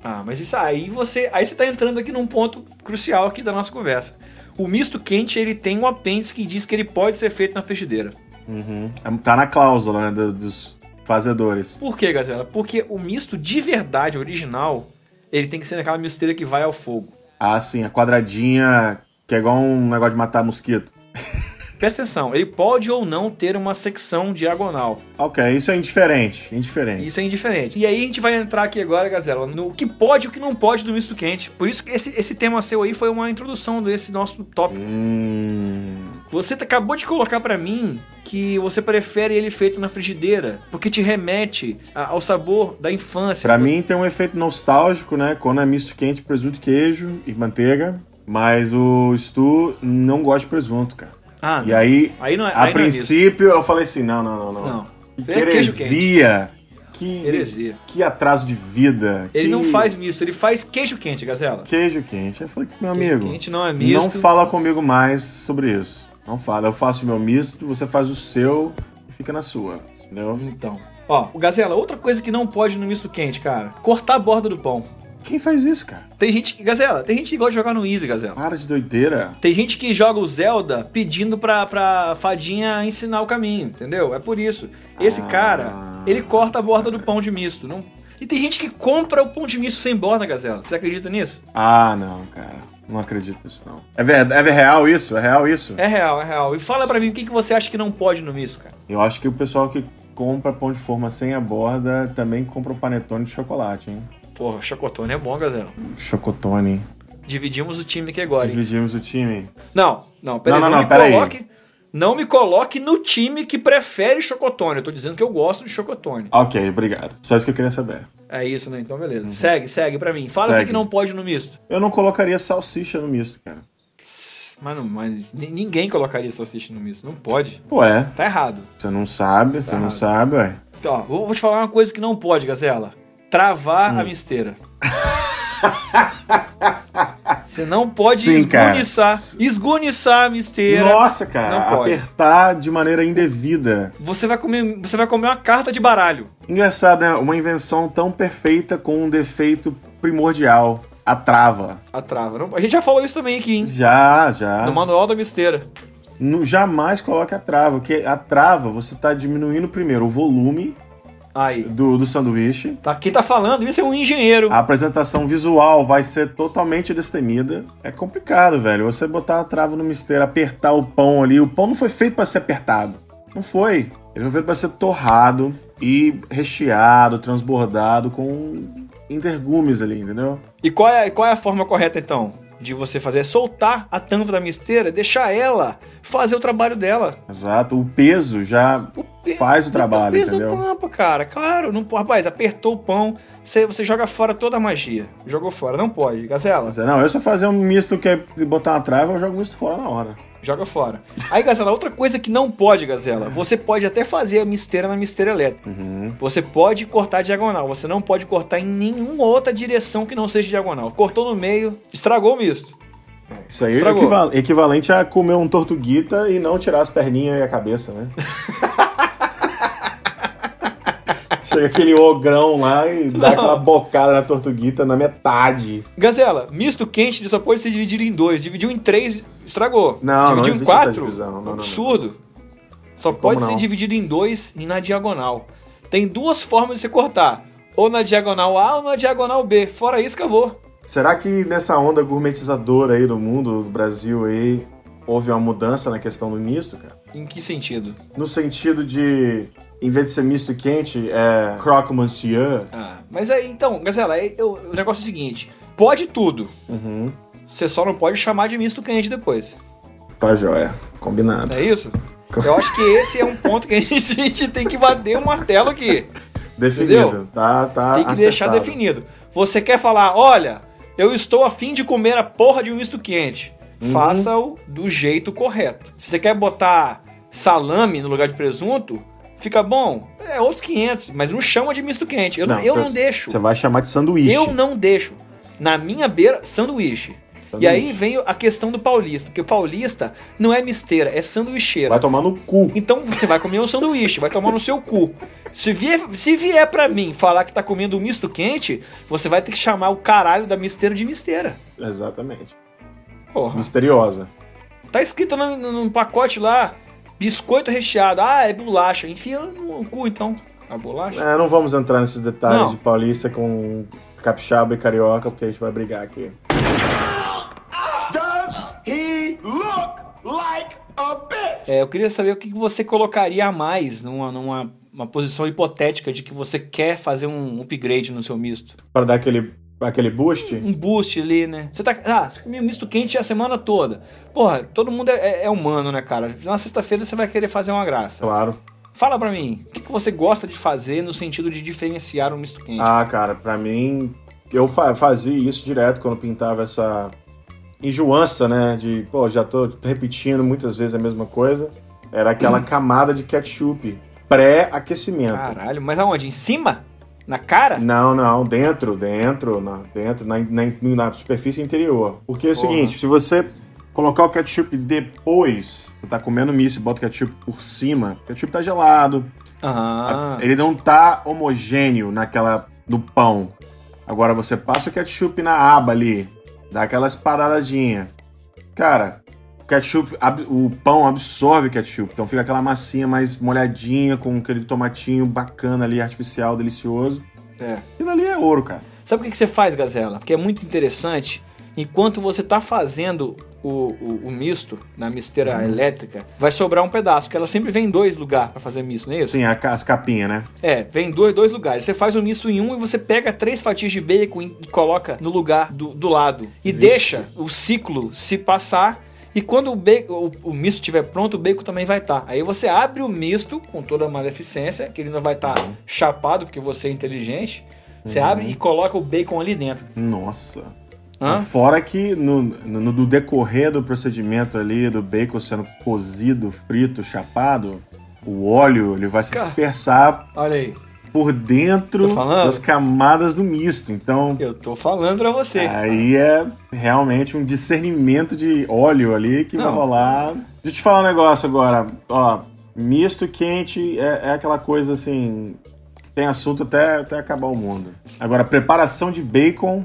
Speaker 4: Ah, mas isso aí você. Aí você tá entrando aqui num ponto crucial aqui da nossa conversa. O misto quente, ele tem um apêndice que diz que ele pode ser feito na frigideira. Uhum.
Speaker 5: Tá na cláusula, né, do- dos fazedores.
Speaker 4: Por quê, Gazela? Porque o misto de verdade, original, ele tem que ser naquela misteira que vai ao fogo.
Speaker 5: Ah, sim, a quadradinha que é igual um negócio de matar mosquito.
Speaker 4: Presta atenção, ele pode ou não ter uma secção diagonal.
Speaker 5: Ok, isso é indiferente, indiferente.
Speaker 4: Isso é indiferente. E aí a gente vai entrar aqui agora, Gazela, no que pode e o que não pode do misto quente. Por isso que esse, esse tema seu aí foi uma introdução desse nosso tópico.
Speaker 5: Hum,
Speaker 4: Você t- acabou de colocar pra mim que você prefere ele feito na frigideira, porque te remete a- ao sabor da infância.
Speaker 5: pra mim tem um efeito nostálgico, né? Quando é misto quente, presunto, queijo e manteiga. Mas o Stu não gosta de presunto, cara.
Speaker 4: Ah,
Speaker 5: E
Speaker 4: não.
Speaker 5: aí,
Speaker 4: Aí não é-
Speaker 5: a
Speaker 4: aí não é misto.
Speaker 5: princípio, eu falei assim: não, não, não, não.
Speaker 4: Não.
Speaker 5: Que
Speaker 4: É queijo
Speaker 5: heresia. Que,
Speaker 4: Heresia.
Speaker 5: que atraso de vida.
Speaker 4: Ele
Speaker 5: que
Speaker 4: não faz misto, ele faz queijo quente, Gazela.
Speaker 5: Queijo quente. Eu falei, meu
Speaker 4: Queijo
Speaker 5: amigo,
Speaker 4: quente não é misto.
Speaker 5: não fala comigo mais sobre isso. Não fala. Eu faço o meu misto, você faz o seu e fica na sua. Entendeu?
Speaker 4: Então. Ó, o Gazela, outra coisa que não pode no misto quente, cara. Cortar a borda do pão.
Speaker 5: Quem faz isso, cara?
Speaker 4: Tem gente que. Gazela, tem gente que gosta de jogar no Easy, Gazela.
Speaker 5: Para de doideira.
Speaker 4: Tem gente que joga o Zelda pedindo pra, pra fadinha ensinar o caminho, entendeu? É por isso. Esse
Speaker 5: Ah.
Speaker 4: cara, ele corta a borda do pão de misto. Não... E tem gente que compra o pão de misto sem borda, Gazela. Você acredita nisso?
Speaker 5: Ah, não, cara. Não acredito nisso, não. É, ver... é real isso? É real isso?
Speaker 4: É real, é real. E fala pra mim o que, que você acha que não pode no misto, cara.
Speaker 5: Eu acho que o pessoal que compra pão de forma sem a borda também compra o panetone de chocolate, hein?
Speaker 4: Porra, chocotone é bom, Gazela.
Speaker 5: Chocotone.
Speaker 4: Dividimos o time aqui agora, hein?
Speaker 5: Dividimos o time.
Speaker 4: Não, não, peraí,
Speaker 5: Não,
Speaker 4: não, me
Speaker 5: não, não, peraí.
Speaker 4: coloque. Não me coloque no time que prefere chocotone. Eu tô dizendo que eu gosto de chocotone.
Speaker 5: Ok, obrigado. Só isso que eu queria saber.
Speaker 4: É isso, né? Então beleza. Segue, segue pra mim. Fala o que
Speaker 5: Uhum. Segue.
Speaker 4: que não pode no misto.
Speaker 5: Eu não colocaria salsicha no misto, cara.
Speaker 4: Mas, não, mas ni- ninguém colocaria salsicha no misto. Não pode.
Speaker 5: Ué,
Speaker 4: Tá errado.
Speaker 5: você não sabe, você não
Speaker 4: Tá errado.
Speaker 5: sabe, ué.
Speaker 4: Ó, vou, vou te falar uma coisa que não pode, Gazela. Travar
Speaker 5: Hum.
Speaker 4: a misteira. Você não pode
Speaker 5: Sim, cara.
Speaker 4: esguniçar, esguniçar a misteira.
Speaker 5: Nossa, cara,
Speaker 4: Não pode.
Speaker 5: apertar de maneira indevida.
Speaker 4: Você vai comer, você vai comer uma carta de baralho.
Speaker 5: Engraçado, né? Uma invenção tão perfeita com um defeito primordial. A trava.
Speaker 4: A trava. Não- a gente já falou isso também aqui, hein?
Speaker 5: Já, já.
Speaker 4: No manual da misteira.
Speaker 5: Nu- jamais coloque a trava, porque a trava você tá diminuindo primeiro o volume
Speaker 4: Aí.
Speaker 5: do, do sanduíche.
Speaker 4: Tá, quem tá falando isso é um engenheiro.
Speaker 5: A apresentação visual vai ser totalmente destemida. É complicado, velho. Você botar a trava no misteiro, apertar o pão ali. O pão não foi feito pra ser apertado. Não foi. Ele foi feito pra ser torrado e recheado, transbordado com intergumes ali, entendeu?
Speaker 4: E qual é, qual é a forma correta, então, de você fazer? É soltar a tampa da misteira, deixar ela fazer o trabalho dela.
Speaker 5: Exato. O peso já
Speaker 4: pe-
Speaker 5: faz o trabalho,
Speaker 4: peso da
Speaker 5: entendeu?
Speaker 4: tampa, cara. Claro, não, po- rapaz, apertou o pão, você, você joga fora toda a magia. Jogou fora, não pode, Gazela.
Speaker 5: Não, eu só fazer um misto que é botar uma trava, eu jogo o misto fora na hora.
Speaker 4: Joga fora. Aí, Gazela, outra coisa que não pode, Gazela. Você pode até fazer a misteira na misteira elétrica.
Speaker 5: Uhum.
Speaker 4: Você pode cortar diagonal. Você não pode cortar em nenhuma outra direção que não seja diagonal. Cortou no meio, estragou o misto.
Speaker 5: Isso aí
Speaker 4: Estragou.
Speaker 5: é equival- equivalente a comer um tortuguita e não tirar as perninhas e a cabeça, né? Chega aquele ogrão lá e dá aquela bocada na tortuguita na metade.
Speaker 4: Gazela, misto quente ele só pode ser dividido em dois. Dividiu em três, estragou.
Speaker 5: Não, não
Speaker 4: Dividiu em
Speaker 5: existe
Speaker 4: quatro,
Speaker 5: essa divisão. Não, não, não.
Speaker 4: absurdo. Só pode ser
Speaker 5: não?
Speaker 4: dividido em dois e na diagonal. Tem duas formas de você cortar. Ou na diagonal A ou na diagonal B. Fora isso, acabou.
Speaker 5: Será que nessa onda gourmetizadora aí do mundo, do Brasil aí, houve uma mudança na questão do misto, cara?
Speaker 4: Em que sentido?
Speaker 5: No sentido de, em vez de ser misto e quente, é croque monsieur.
Speaker 4: Ah, mas aí, então, Gazela, aí eu- o negócio é o seguinte: pode tudo.
Speaker 5: Uhum.
Speaker 4: Você só não pode chamar de misto quente depois.
Speaker 5: Tá joia. Combinado.
Speaker 4: É isso?
Speaker 5: Co-
Speaker 4: Eu acho que esse é um ponto que a gente, a gente tem que bater o martelo aqui.
Speaker 5: Definido.
Speaker 4: Entendeu?
Speaker 5: Tá, tá
Speaker 4: Tem que deixar
Speaker 5: acertado.
Speaker 4: definido. Você quer falar, olha, eu estou afim de comer a porra de um misto quente.
Speaker 5: Uhum.
Speaker 4: Faça-o do jeito correto. Se você quer botar salame no lugar de presunto, fica bom. É outros 500, mas não chama de misto quente. Eu não, eu
Speaker 5: cê-
Speaker 4: não deixo.
Speaker 5: Você é um vai chamar de sanduíche.
Speaker 4: Eu não deixo. Na minha beira, sanduíche.
Speaker 5: Sanduíche.
Speaker 4: E aí vem a questão do paulista, porque o paulista não é misteira, é sanduicheiro.
Speaker 5: Vai tomar no cu.
Speaker 4: Então você vai comer um sanduíche, vai tomar no seu cu. Se vier, se vier pra mim falar que tá comendo um misto quente, você vai ter que chamar o caralho da misteira de misteira.
Speaker 5: Exatamente.
Speaker 4: Porra.
Speaker 5: Misteriosa.
Speaker 4: Tá escrito no, no- no pacote lá, biscoito recheado. Ah, é bolacha. Enfia no cu então. A bolacha?
Speaker 5: É, não vamos entrar nesses detalhes
Speaker 4: Não.
Speaker 5: de paulista com capixaba e carioca, porque a gente vai brigar aqui.
Speaker 4: É, eu queria saber o que que você colocaria a mais numa, numa uma posição hipotética de que você quer fazer um upgrade no seu misto.
Speaker 5: Pra dar aquele, aquele boost.
Speaker 4: um boost ali, né? Você tá. Ah, você comia misto quente a semana toda. Porra, todo mundo é, é- é humano, né, cara? Na sexta-feira você vai querer fazer uma graça.
Speaker 5: Claro.
Speaker 4: Fala pra mim, o que, que você gosta de fazer no sentido de diferenciar o misto quente?
Speaker 5: Ah, cara, pra mim, eu fa- fazia isso direto quando pintava essa enjoança, né? De, pô, já tô repetindo muitas vezes a mesma coisa. Era aquela camada de ketchup pré-aquecimento.
Speaker 4: Caralho, mas aonde? Em cima? Na cara?
Speaker 5: Não, não, dentro, dentro, na, dentro, na, na, na superfície interior. Porque é o
Speaker 4: Porra.
Speaker 5: seguinte, se você colocar o ketchup depois, você tá comendo misto e bota o ketchup por cima, o ketchup tá gelado,
Speaker 4: Ah,
Speaker 5: ele não tá homogêneo naquela no pão. Agora você passa o ketchup na aba ali, dá aquela espadaladinha. Cara, o ketchup, ab- o pão absorve o ketchup, então fica aquela massinha mais molhadinha com aquele tomatinho bacana ali artificial, delicioso.
Speaker 4: é.
Speaker 5: Aquilo ali é ouro, cara.
Speaker 4: Sabe o que que você faz, Gazela? Porque é muito interessante. Enquanto você tá fazendo o, o- o misto na misteira
Speaker 5: Uhum.
Speaker 4: elétrica, vai sobrar um pedaço, porque ela sempre vem em dois lugares pra fazer misto, não é isso?
Speaker 5: Sim, Assim, a ca- as capinhas, né?
Speaker 4: É, vem dois, dois lugares. Você faz o misto em um e você pega três fatias de bacon e e coloca no lugar do, do lado. E deixa o ciclo se passar. E quando o, bacon, o, o misto estiver pronto, o bacon também vai estar. Aí você abre o misto com toda a maleficência, que ele não vai estar chapado, porque você é inteligente. Você abre e coloca o bacon ali dentro.
Speaker 5: Nossa.
Speaker 4: Hã?
Speaker 5: Fora que no, no, no decorrer do procedimento ali do bacon sendo cozido, frito, chapado, o óleo ele vai se
Speaker 4: Cara.
Speaker 5: dispersar
Speaker 4: Olha aí.
Speaker 5: por dentro
Speaker 4: Tô falando.
Speaker 5: das camadas do misto. Então,
Speaker 4: Eu tô falando pra você.
Speaker 5: aí é realmente um discernimento de óleo ali que vai
Speaker 4: Não.
Speaker 5: rolar. Deixa eu te falar um negócio agora. Ó, misto quente é, é aquela coisa assim. Tem assunto até, até acabar o mundo. Agora, preparação de bacon.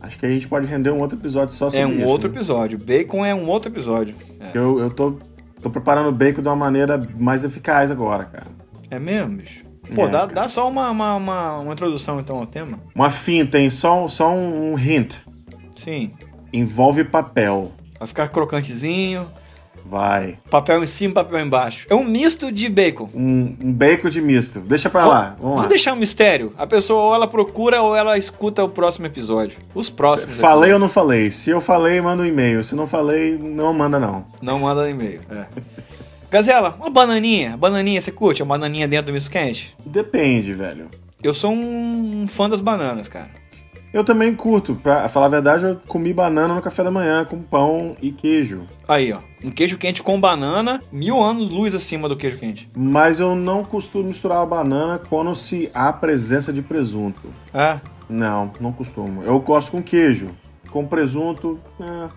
Speaker 5: Acho que a gente pode render um outro episódio só sobre
Speaker 4: é um
Speaker 5: isso,
Speaker 4: outro
Speaker 5: né?
Speaker 4: episódio. Bacon é um outro episódio. É,
Speaker 5: Eu, eu tô, tô preparando o bacon de uma maneira mais eficaz agora, cara.
Speaker 4: É mesmo, bicho? Pô,
Speaker 5: É,
Speaker 4: dá,
Speaker 5: cara.
Speaker 4: dá só uma- uma- uma, uma introdução então ao tema.
Speaker 5: Uma finta, hein? Só, um- só um um hint.
Speaker 4: Sim.
Speaker 5: Envolve papel.
Speaker 4: Vai ficar crocantezinho,
Speaker 5: Vai.
Speaker 4: papel em cima, papel embaixo. É um misto de bacon.
Speaker 5: Um, um bacon de misto. Deixa pra lá. Vamos lá.
Speaker 4: Vamos deixar um mistério. A pessoa ou ela procura ou ela escuta o próximo episódio. Os próximos.
Speaker 5: Falei ou não falei? Se eu falei, manda um e-mail. Se não falei, não manda não.
Speaker 4: episódios. Não manda e-mail. É. Gazela, uma bananinha. Bananinha, você curte? É Uma bananinha dentro do misto quente?
Speaker 5: Depende, velho.
Speaker 4: Eu sou um fã das bananas, cara.
Speaker 5: Eu também curto. Pra falar a verdade, eu comi banana no café da manhã com pão e queijo.
Speaker 4: Aí, ó. Um queijo quente com banana, mil anos luz acima do queijo quente.
Speaker 5: Mas eu não costumo misturar a banana quando se há presença de presunto.
Speaker 4: Ah,
Speaker 5: Não, não costumo. Eu gosto com queijo. Com presunto, é,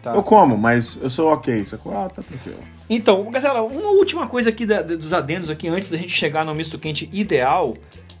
Speaker 4: tá.
Speaker 5: eu como, mas eu sou ok. Sacou? Ah, tá tranquilo.
Speaker 4: Então, Gazela, uma última coisa aqui da- dos adendos aqui, antes da gente chegar no misto quente ideal,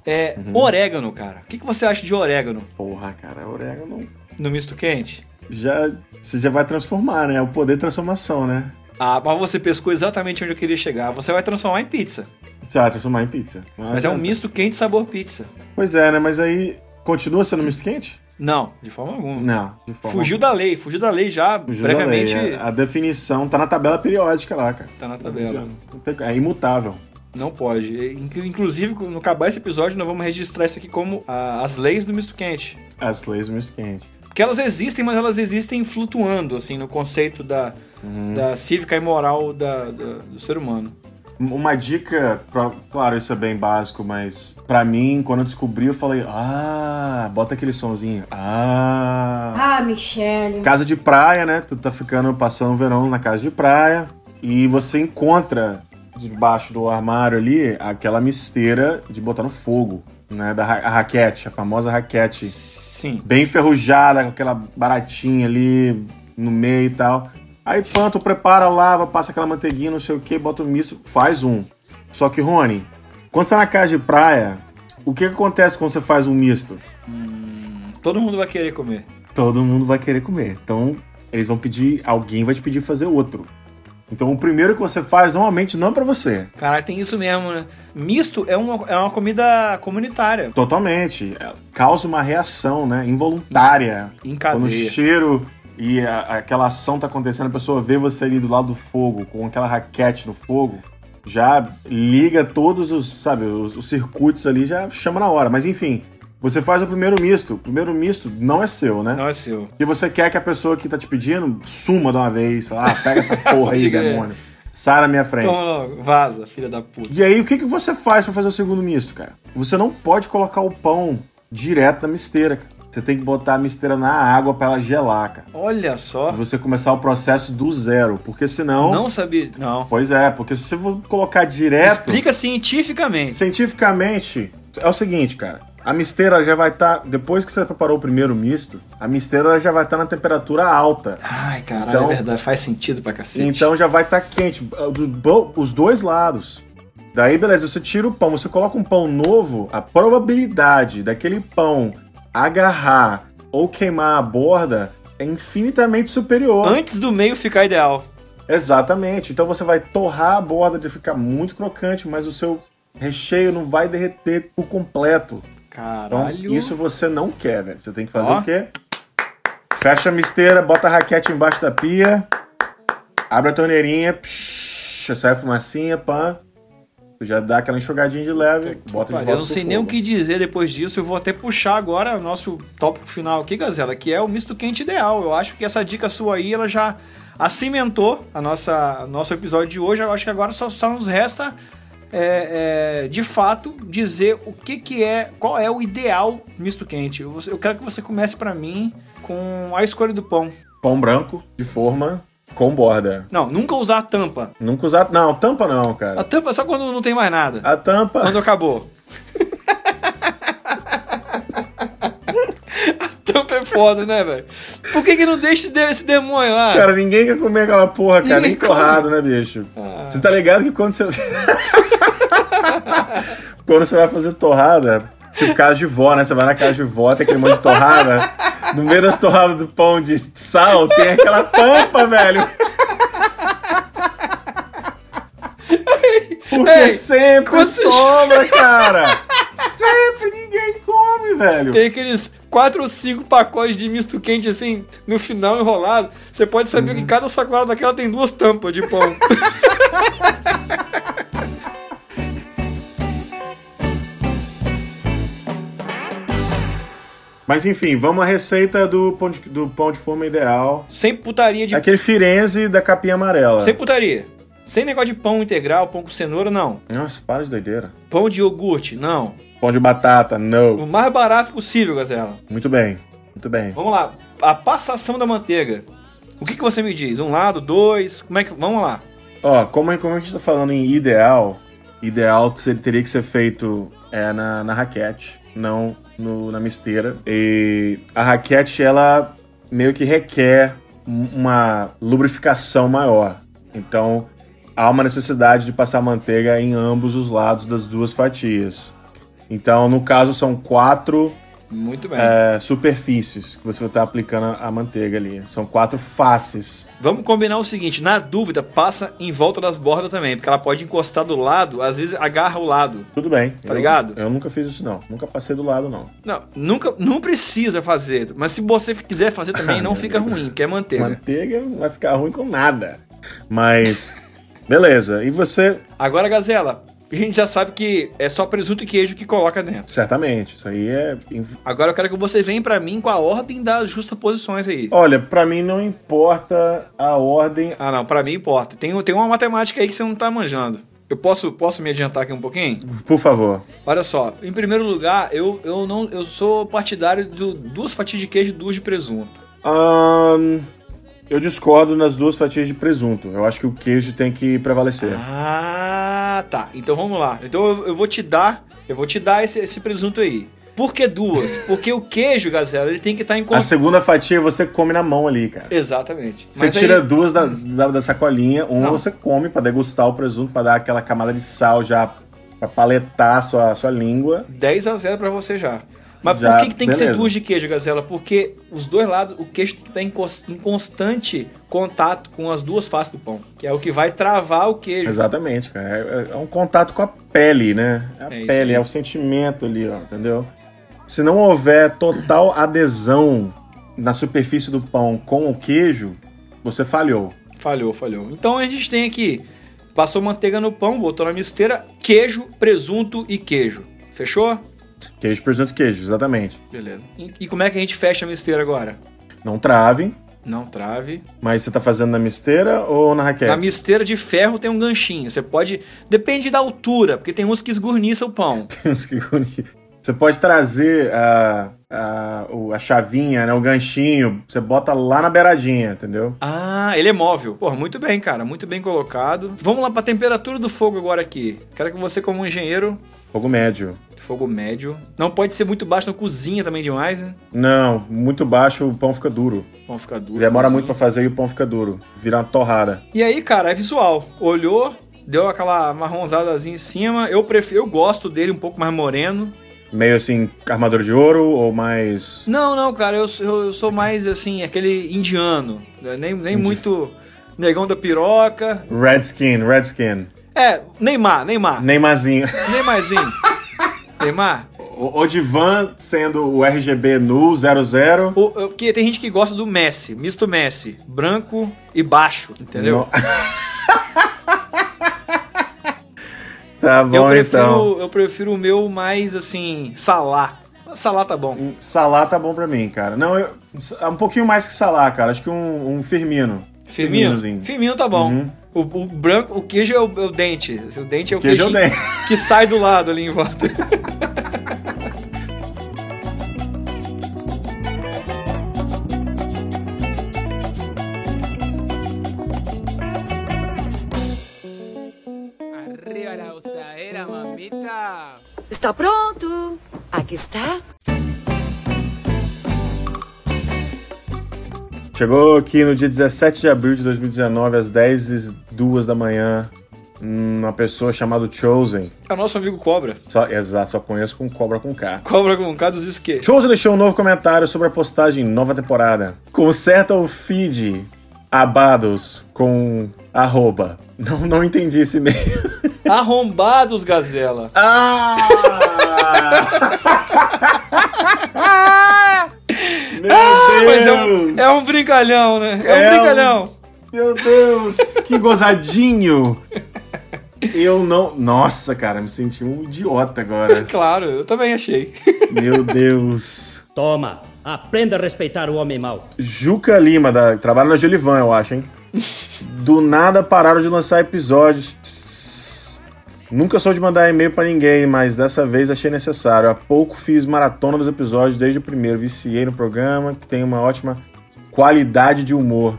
Speaker 4: é
Speaker 5: Uhum.
Speaker 4: orégano, cara. O que, que você acha de orégano
Speaker 5: Porra, cara, orégano
Speaker 4: no misto quente?
Speaker 5: já, você já vai transformar, né? É o poder de transformação, né?
Speaker 4: Ah, mas você pescou exatamente onde eu queria chegar. Você vai transformar em pizza.
Speaker 5: Você vai transformar em pizza.
Speaker 4: Mas é um misto quente sabor pizza.
Speaker 5: Pois é, né? Mas aí continua sendo misto quente?
Speaker 4: Não, de forma alguma.
Speaker 5: Não, de forma
Speaker 4: Fugiu da lei, fugiu da lei já,
Speaker 5: Fugiu da
Speaker 4: brevemente.
Speaker 5: lei. A, a definição tá na tabela periódica lá, cara.
Speaker 4: Tá na tabela.
Speaker 5: Não tem- É imutável.
Speaker 4: Não pode. Inclu- Inclusive, quando acabar esse episódio, nós vamos registrar isso aqui como a- as leis do misto quente.
Speaker 5: As leis do misto quente.
Speaker 4: Porque elas existem, mas elas existem flutuando, assim, no conceito da,
Speaker 5: Uhum.
Speaker 4: da cívica e moral da- da- do ser humano.
Speaker 5: Um, Uma dica, pra- claro, isso é bem básico, mas pra mim, quando eu descobri, eu falei, ah, bota aquele sonzinho. Ah.
Speaker 7: Ah, Michele.
Speaker 5: Casa de praia, né? Tu tá ficando, passando o verão na casa de praia e você encontra debaixo do armário ali aquela misteira de botar no fogo, né? Da ra- a raquete, a famosa raquete
Speaker 4: Sim.
Speaker 5: bem enferrujada, com aquela baratinha ali no meio e tal. Aí panto, prepara, lava, passa aquela manteiguinha, não sei o que, bota o misto, faz um. Só que, Rony, quando você tá na casa de praia, o que que acontece quando você faz um misto?
Speaker 4: Todo mundo vai querer comer.
Speaker 5: Todo mundo vai querer comer. Então, eles vão pedir, alguém vai te pedir fazer outro. Então, o primeiro que você faz, normalmente, não é pra você.
Speaker 4: Caralho, tem isso mesmo, né? Misto é uma, é uma comida comunitária.
Speaker 5: Totalmente. É, Causa uma reação, né? Involuntária.
Speaker 4: Em
Speaker 5: Quando o
Speaker 4: cadeia.
Speaker 5: cheiro e a- aquela ação tá acontecendo, a pessoa vê você ali do lado do fogo, com aquela raquete no fogo, já liga todos os, sabe, os, os circuitos ali, já chama na hora. Mas enfim, você faz o primeiro misto. O primeiro misto não é seu, né?
Speaker 4: Não é seu.
Speaker 5: Se você quer que a pessoa que tá te pedindo suma de uma vez, fala, ah, pega essa porra aí,
Speaker 4: Pode crer.
Speaker 5: demônio. Sai na minha frente.
Speaker 4: Toma logo, Então, vaza, filha da puta.
Speaker 5: E aí, o que, que você faz pra fazer o segundo misto, cara? Você não pode colocar o pão direto na misteira, cara. Você tem que botar a misteira na água pra ela gelar, cara.
Speaker 4: Olha só.
Speaker 5: Pra você começar o processo do zero, porque senão...
Speaker 4: Não sabia. Não.
Speaker 5: Pois é, porque se você for colocar direto...
Speaker 4: Explica cientificamente.
Speaker 5: Cientificamente, é o seguinte, cara. A misteira já vai estar... depois que você preparou o primeiro misto, a misteira ela já vai estar na temperatura alta.
Speaker 4: Ai, caralho,
Speaker 5: Então-
Speaker 4: é verdade. Faz sentido pra cacete.
Speaker 5: Então já vai estar quente. do- bo- Os dois lados. Daí, beleza, você tira o pão, você coloca um pão novo, a probabilidade daquele pão agarrar ou queimar a borda é infinitamente superior.
Speaker 4: Antes do meio ficar ideal.
Speaker 5: Exatamente. Então você vai torrar a borda de ficar muito crocante, mas o seu recheio não vai derreter por completo. Então,
Speaker 4: Caralho.
Speaker 5: isso você não quer, velho. Você tem que fazer
Speaker 4: Ó.
Speaker 5: o quê? Fecha a misteira, bota a raquete embaixo da pia, abre a torneirinha, psh, sai a fumacinha, pã. Tu já dá aquela enxugadinha de leve, bota de volta.
Speaker 4: Eu não sei
Speaker 5: pro
Speaker 4: nem o
Speaker 5: fogo.
Speaker 4: que dizer depois disso. Eu vou até puxar agora o nosso tópico final aqui, Gazela, que é o misto quente ideal. Eu acho que essa dica sua aí, ela já acimentou a nossa nosso episódio de hoje. Eu acho que agora só, só nos resta, é, é, de fato, dizer o que que é, qual é o ideal misto quente. Eu, eu quero que você comece pra mim com a escolha do pão.
Speaker 5: Pão branco, de forma, com borda.
Speaker 4: Não, nunca usar a tampa.
Speaker 5: Nunca usar. Não, tampa não,
Speaker 4: A
Speaker 5: cara.
Speaker 4: tampa é só quando não tem mais nada.
Speaker 5: A tampa.
Speaker 4: Quando acabou. A tampa é foda, né, velho? Por que, que não deixa esse de- esse demônio lá?
Speaker 5: Cara, ninguém quer comer aquela porra, cara.
Speaker 4: Ninguém Ah.
Speaker 5: Nem torrado, né, bicho? Você tá ligado que quando você. quando você vai fazer torrada, tipo casa de vó, né? Você vai na casa de vó, tem aquele monte de torrada. No meio das torradas do pão de sal, tem aquela tampa, velho. Porque
Speaker 4: Ei,
Speaker 5: sempre
Speaker 4: quando-
Speaker 5: sobra, cara. Sempre ninguém come, velho.
Speaker 4: Tem aqueles quatro ou cinco pacotes de misto quente assim, no final enrolado. Você pode saber que cada sacola daquela tem duas tampas de pão.
Speaker 5: Mas enfim, vamos à receita do pão de, do pão de forma ideal.
Speaker 4: Sem putaria de.
Speaker 5: É Aquele Firenze da capinha amarela.
Speaker 4: Sem putaria. Sem negócio de pão integral, pão com cenoura, não.
Speaker 5: Nossa, para de doideira.
Speaker 4: Pão de iogurte, não.
Speaker 5: Pão de batata,
Speaker 4: O
Speaker 5: não.
Speaker 4: mais barato possível, Gazela.
Speaker 5: Muito bem, muito bem.
Speaker 4: Vamos lá. A passação da manteiga. O que, que você me diz? Um lado, dois? Como é que. Vamos lá.
Speaker 5: Ó, como, como a gente tá falando em ideal, ideal ser- teria que ser feito é, na, na raquete, não no- na misteira. E a raquete, ela meio que requer um- uma lubrificação maior. Então, há uma necessidade de passar manteiga em ambos os lados das duas fatias. Então, no caso, são quatro
Speaker 4: Muito bem.
Speaker 5: é, superfícies que você vai estar aplicando a- a manteiga ali. São quatro faces.
Speaker 4: Vamos combinar o seguinte: na dúvida, passa em volta das bordas também, porque ela pode encostar do lado, às vezes agarra o lado.
Speaker 5: Tudo bem.
Speaker 4: Tá
Speaker 5: Eu-
Speaker 4: ligado?
Speaker 5: Eu nunca fiz isso, não. Nunca passei do lado, não.
Speaker 4: Não, nunca, não precisa fazer, mas se você quiser fazer também, não fica ruim, porque é manteiga.
Speaker 5: Manteiga não vai ficar ruim com nada. Mas. Beleza. E você.
Speaker 4: Agora, Gazela, a gente já sabe que é só presunto e queijo que coloca dentro.
Speaker 5: Certamente, isso aí é. inv-
Speaker 4: Agora eu quero que você venha pra mim com a ordem das justaposições aí.
Speaker 5: Olha, pra mim não importa a ordem.
Speaker 4: Ah, não, pra mim importa. Tem, tem uma matemática aí que você não tá manjando. Eu posso, posso me adiantar aqui um pouquinho?
Speaker 5: Por favor.
Speaker 4: Olha só, em primeiro lugar, eu, eu não eu sou partidário de duas fatias de queijo e duas de presunto.
Speaker 5: Ahn, eu discordo nas duas fatias de presunto. Eu acho que o queijo tem que prevalecer.
Speaker 4: Ah, tá. Então vamos lá. Então eu, eu vou te dar, eu vou te dar esse, esse presunto aí. Por que duas? Porque o queijo, gazela, ele tem que estar em
Speaker 5: A
Speaker 4: contato.
Speaker 5: segunda fatia você come na mão ali, cara.
Speaker 4: Exatamente.
Speaker 5: Você
Speaker 4: Mas aí-
Speaker 5: tira duas da, da, da sacolinha, uma
Speaker 4: Não.
Speaker 5: você come pra degustar o presunto, pra dar aquela camada de sal já pra paletar a sua, a sua língua.
Speaker 4: 10 a 0 pra você já. Mas
Speaker 5: Já,
Speaker 4: por que, que tem que ser
Speaker 5: beleza.
Speaker 4: duas de queijo, Gazela? Porque os dois lados, o queijo tem que estar em, cons- em constante contato com as duas faces do pão, que é o que vai travar o queijo.
Speaker 5: Exatamente, cara. É, é um contato com a pele, né? É a
Speaker 4: É isso
Speaker 5: pele,
Speaker 4: aí.
Speaker 5: é o sentimento ali, ó, entendeu? Se não houver total adesão na superfície do pão com o queijo, você falhou.
Speaker 4: Falhou, falhou. Então a gente tem aqui, passou manteiga no pão, botou na misteira, queijo, presunto e queijo. Fechou?
Speaker 5: Queijo, presunto e queijo, exatamente.
Speaker 4: Beleza. E, e como é que a gente fecha a misteira agora?
Speaker 5: Não trave,
Speaker 4: Não trave.
Speaker 5: mas você tá fazendo na misteira ou na raquete?
Speaker 4: Na misteira de ferro tem um ganchinho. Você pode. Depende da altura, porque tem uns que esgurniçam o pão.
Speaker 5: Temos que unir. Você pode trazer a, a, o- a chavinha, né, o ganchinho, você bota lá na beiradinha, entendeu?
Speaker 4: Ah, ele é móvel. Porra, muito bem, cara. Muito bem colocado. Vamos lá pra temperatura do fogo agora aqui. Quero que você, como engenheiro,
Speaker 5: Fogo médio.
Speaker 4: fogo médio. Não pode ser muito baixo, não cozinha também demais, né?
Speaker 5: Não, muito baixo o pão fica duro.
Speaker 4: Vão ficar duro.
Speaker 5: Demora
Speaker 4: cozinha.
Speaker 5: muito pra fazer e o pão fica duro. Vira uma torrada.
Speaker 4: E aí, cara, é visual. Olhou, deu aquela marronzadazinha em cima. Eu prefiro, eu gosto dele um pouco mais moreno.
Speaker 5: Meio assim, armadura de ouro ou mais.
Speaker 4: Não, não, cara, eu, sou- eu sou mais assim, aquele indiano. né? Nem, nem muito negão da piroca.
Speaker 5: Red skin, red skin.
Speaker 4: É, Neymar, Neymar.
Speaker 5: Neymarzinho.
Speaker 4: Neymarzinho. Neymar.
Speaker 5: O, o divan sendo o RGB nu 00.
Speaker 4: O- o- Porque tem gente que gosta do Messi, misto Messi, branco e baixo, entendeu?
Speaker 5: No- tá bom,
Speaker 4: eu, prefiro,
Speaker 5: então.
Speaker 4: eu prefiro o meu mais assim, Salá. Salá tá bom.
Speaker 5: Salá tá bom pra mim, cara. Não, eu, um pouquinho mais que Salá, cara. Acho que um, um Firmino.
Speaker 4: Firmino?
Speaker 5: Firminozinho.
Speaker 4: Firmino tá bom.
Speaker 5: Uhum.
Speaker 4: O, o branco, o queijo é o, é o dente. O dente é o
Speaker 5: Queijo é o
Speaker 4: queijinho
Speaker 5: dente.
Speaker 4: que sai do lado ali em volta.
Speaker 3: Está pronto. Aqui está.
Speaker 5: Chegou aqui no dia 17 de abril de 2019, às 10h02 da manhã, uma pessoa chamada Chosen.
Speaker 4: É o nosso amigo Cobra.
Speaker 5: Só, exato, só conheço com Cobra com K.
Speaker 4: Cobra com K dos esquerdos.
Speaker 5: Chosen deixou um novo comentário sobre a postagem nova temporada. Conserta o feed abados com arroba. Não, não entendi esse e-mail.
Speaker 4: Arrombados, Gazela.
Speaker 5: Ah! Meu
Speaker 4: Mas é
Speaker 5: Deus!
Speaker 4: um, é um brincalhão, né? É,
Speaker 5: É
Speaker 4: um
Speaker 5: um-
Speaker 4: brincalhão.
Speaker 5: Meu Deus! Que gozadinho! Eu não. Nossa, cara, me senti um idiota agora.
Speaker 4: Claro, eu também achei.
Speaker 5: Meu Deus.
Speaker 9: Toma, aprenda a respeitar o homem mau.
Speaker 5: Juca Lima, da... trabalha na Gelivan, eu acho, hein? Do nada pararam de lançar episódios. Tss. Nunca sou de mandar e-mail pra ninguém, mas dessa vez achei necessário. Há pouco fiz maratona dos episódios desde o primeiro. Viciei no programa, que tem uma ótima qualidade de humor.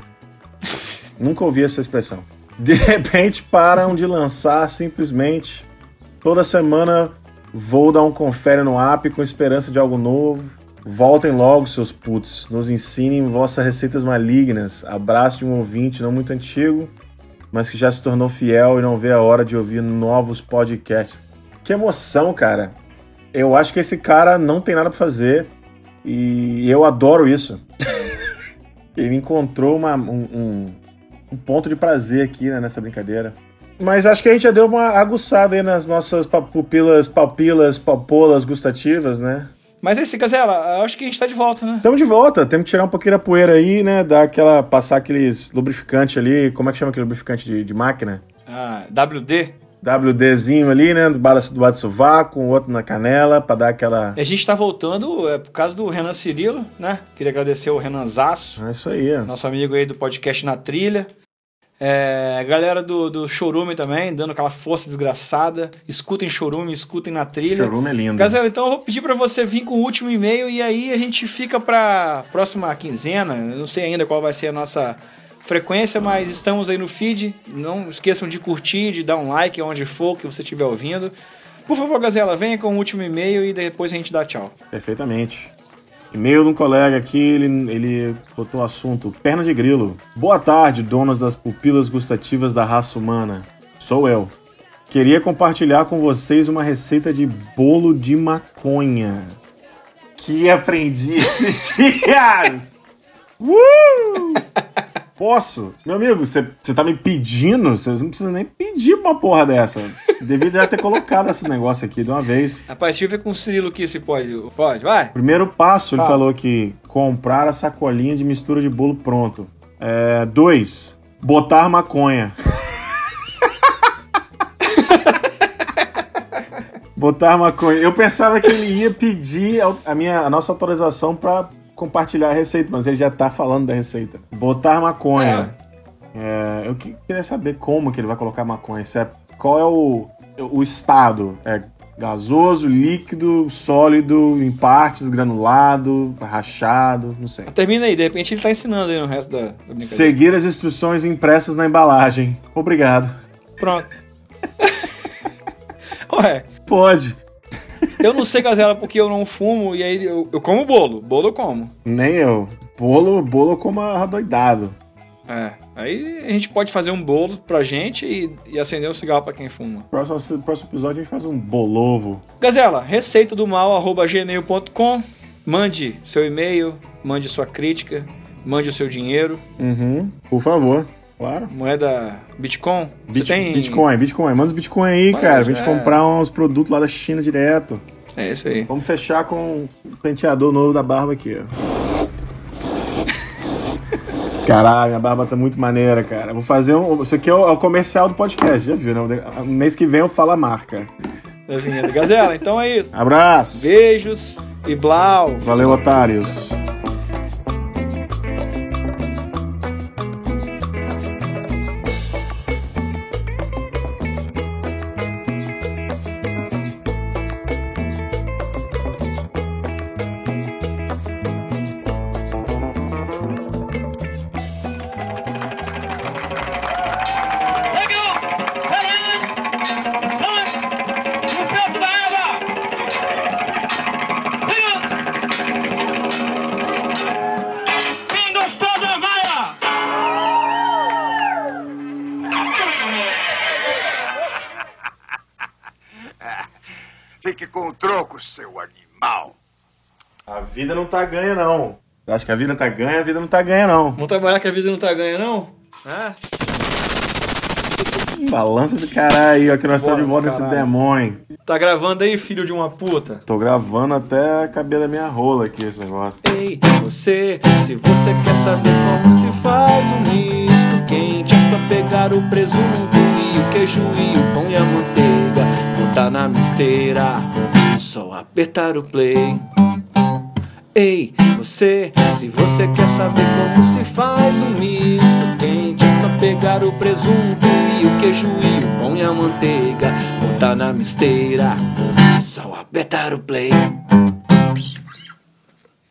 Speaker 5: Nunca ouvi essa expressão. De repente param de lançar simplesmente. Toda semana vou dar um confere no app com esperança de algo novo. Voltem logo, seus putos. Nos ensinem vossas receitas malignas. Abraço de um ouvinte não muito antigo, mas que já se tornou fiel e não vê a hora de ouvir novos podcasts. Que emoção, cara. Eu acho que esse cara não tem nada pra fazer. E eu adoro isso. Ele encontrou uma- um, um- um ponto de prazer aqui né, nessa brincadeira. Mas acho que a gente já deu uma aguçada aí nas nossas pa- pupilas, papilas, papolas gustativas, né?
Speaker 4: Mas é isso, Gazela, eu acho que a gente tá de volta, né?
Speaker 5: Estamos de volta, temos que tirar um pouquinho da poeira aí, né? Dar aquela, passar aqueles lubrificantes ali, como é que chama aquele lubrificante de, de máquina?
Speaker 4: Ah, WD.
Speaker 5: WDzinho ali, né? Do lado do, lado do sovaco, um outro na canela, pra dar aquela...
Speaker 4: E a gente tá voltando é, por causa do Renan Cirilo, né? Queria agradecer o Renan Zaço,
Speaker 5: É isso aí, ó.
Speaker 4: nosso amigo aí do podcast Na Trilha. É, a galera do, do Chorume também, dando aquela força desgraçada. Escutem Chorume, escutem Na Trilha.
Speaker 5: Chorume é lindo.
Speaker 4: Gazela, então eu vou pedir pra você vir com o último e-mail e aí a gente fica pra próxima quinzena. Eu não sei ainda qual vai ser a nossa frequência, mas estamos aí no feed. Não esqueçam de curtir, de dar um like onde for que você estiver ouvindo. Por favor, Gazela, venha com o último e-mail e depois a gente dá tchau.
Speaker 5: Perfeitamente. E-mail de um colega aqui, ele, ele botou o assunto: perna de grilo. Boa tarde, donas das pupilas gustativas da raça humana. Sou eu. Queria compartilhar com vocês uma receita de bolo de maconha. Que aprendi esses dias! Uh! Posso? Meu amigo, você tá me pedindo? Vocês não precisam nem pedir pra uma porra dessa. Devia já ter colocado esse negócio aqui de uma vez.
Speaker 4: Rapaz, deixa eu ver com o Cirilo aqui se pode. Pode, vai.
Speaker 5: Primeiro passo, ele
Speaker 4: É. Fala.
Speaker 5: falou que comprar a sacolinha de mistura de bolo pronto. É, dois, botar maconha. botar maconha. Eu pensava que ele ia pedir a- a, minha, a nossa autorização pra compartilhar a receita, mas ele já tá falando da receita. Botar maconha. É, eu que- queria saber como que ele vai colocar maconha. Se é- qual é o, o estado? É gasoso, líquido, sólido, em partes, granulado, rachado, não sei.
Speaker 4: Ah, Termina aí, de repente ele tá ensinando aí no resto da, da brincadeira.
Speaker 5: Seguir as instruções impressas na embalagem. Obrigado.
Speaker 4: Pronto. Ué,
Speaker 5: Pode.
Speaker 4: eu não sei, Gazela, porque eu não fumo e aí eu, eu como bolo. Bolo eu como.
Speaker 5: Nem eu. Bolo, bolo como doidado.
Speaker 4: É, aí a gente pode fazer um bolo pra gente e, e acender um cigarro pra quem fuma.
Speaker 5: Próximo, próximo episódio a gente faz um bolovo.
Speaker 4: Gazela, receita do mal, arroba gmail.com. Mande seu e-mail, mande sua crítica, mande o seu dinheiro,
Speaker 5: Uhum. Por favor. Claro.
Speaker 4: moeda Bitcoin. Você
Speaker 5: Bit-
Speaker 4: tem...
Speaker 5: Bitcoin, Bitcoin. Manda os Bitcoin aí,
Speaker 4: Manda,
Speaker 5: cara. Pra gente
Speaker 4: é.
Speaker 5: comprar uns produtos lá da China direto.
Speaker 4: É isso aí.
Speaker 5: Vamos fechar com um penteador novo da barba aqui, ó. Caralho, minha barba tá muito maneira, cara. Vou fazer um. Isso aqui é o, é o comercial do podcast, já viu, né? Mês que vem eu falo a marca.
Speaker 4: Da vinheta. Gazela, então é isso.
Speaker 5: Abraço!
Speaker 4: Beijos e blau.
Speaker 5: Valeu, otários!
Speaker 9: Quem gostou da Maia?
Speaker 10: Fique com o troco, seu animal.
Speaker 5: A vida não tá ganha, não. Acho que a vida tá ganha, a vida não tá ganha, não.
Speaker 4: Vamos trabalhar que a vida não tá ganha, não? Ah.
Speaker 5: Balança do caralho aí, ó, que nós estamos de
Speaker 4: Bora,
Speaker 5: volta nesse
Speaker 4: caralho.
Speaker 5: demônio.
Speaker 4: Tá gravando aí, filho de uma puta?
Speaker 5: Tô gravando até a cabeça da minha rola aqui, esse negócio.
Speaker 1: Ei, você, se você quer saber como se faz um misto quente, é só pegar o presunto e o queijo e o pão e a manteiga, botar na misteira, só apertar o play. Ei, você, se você quer saber como se faz um misto quente, é só pegar o presunto e o queijo e o pão e a manteiga, botar na misteira, só apertar o play.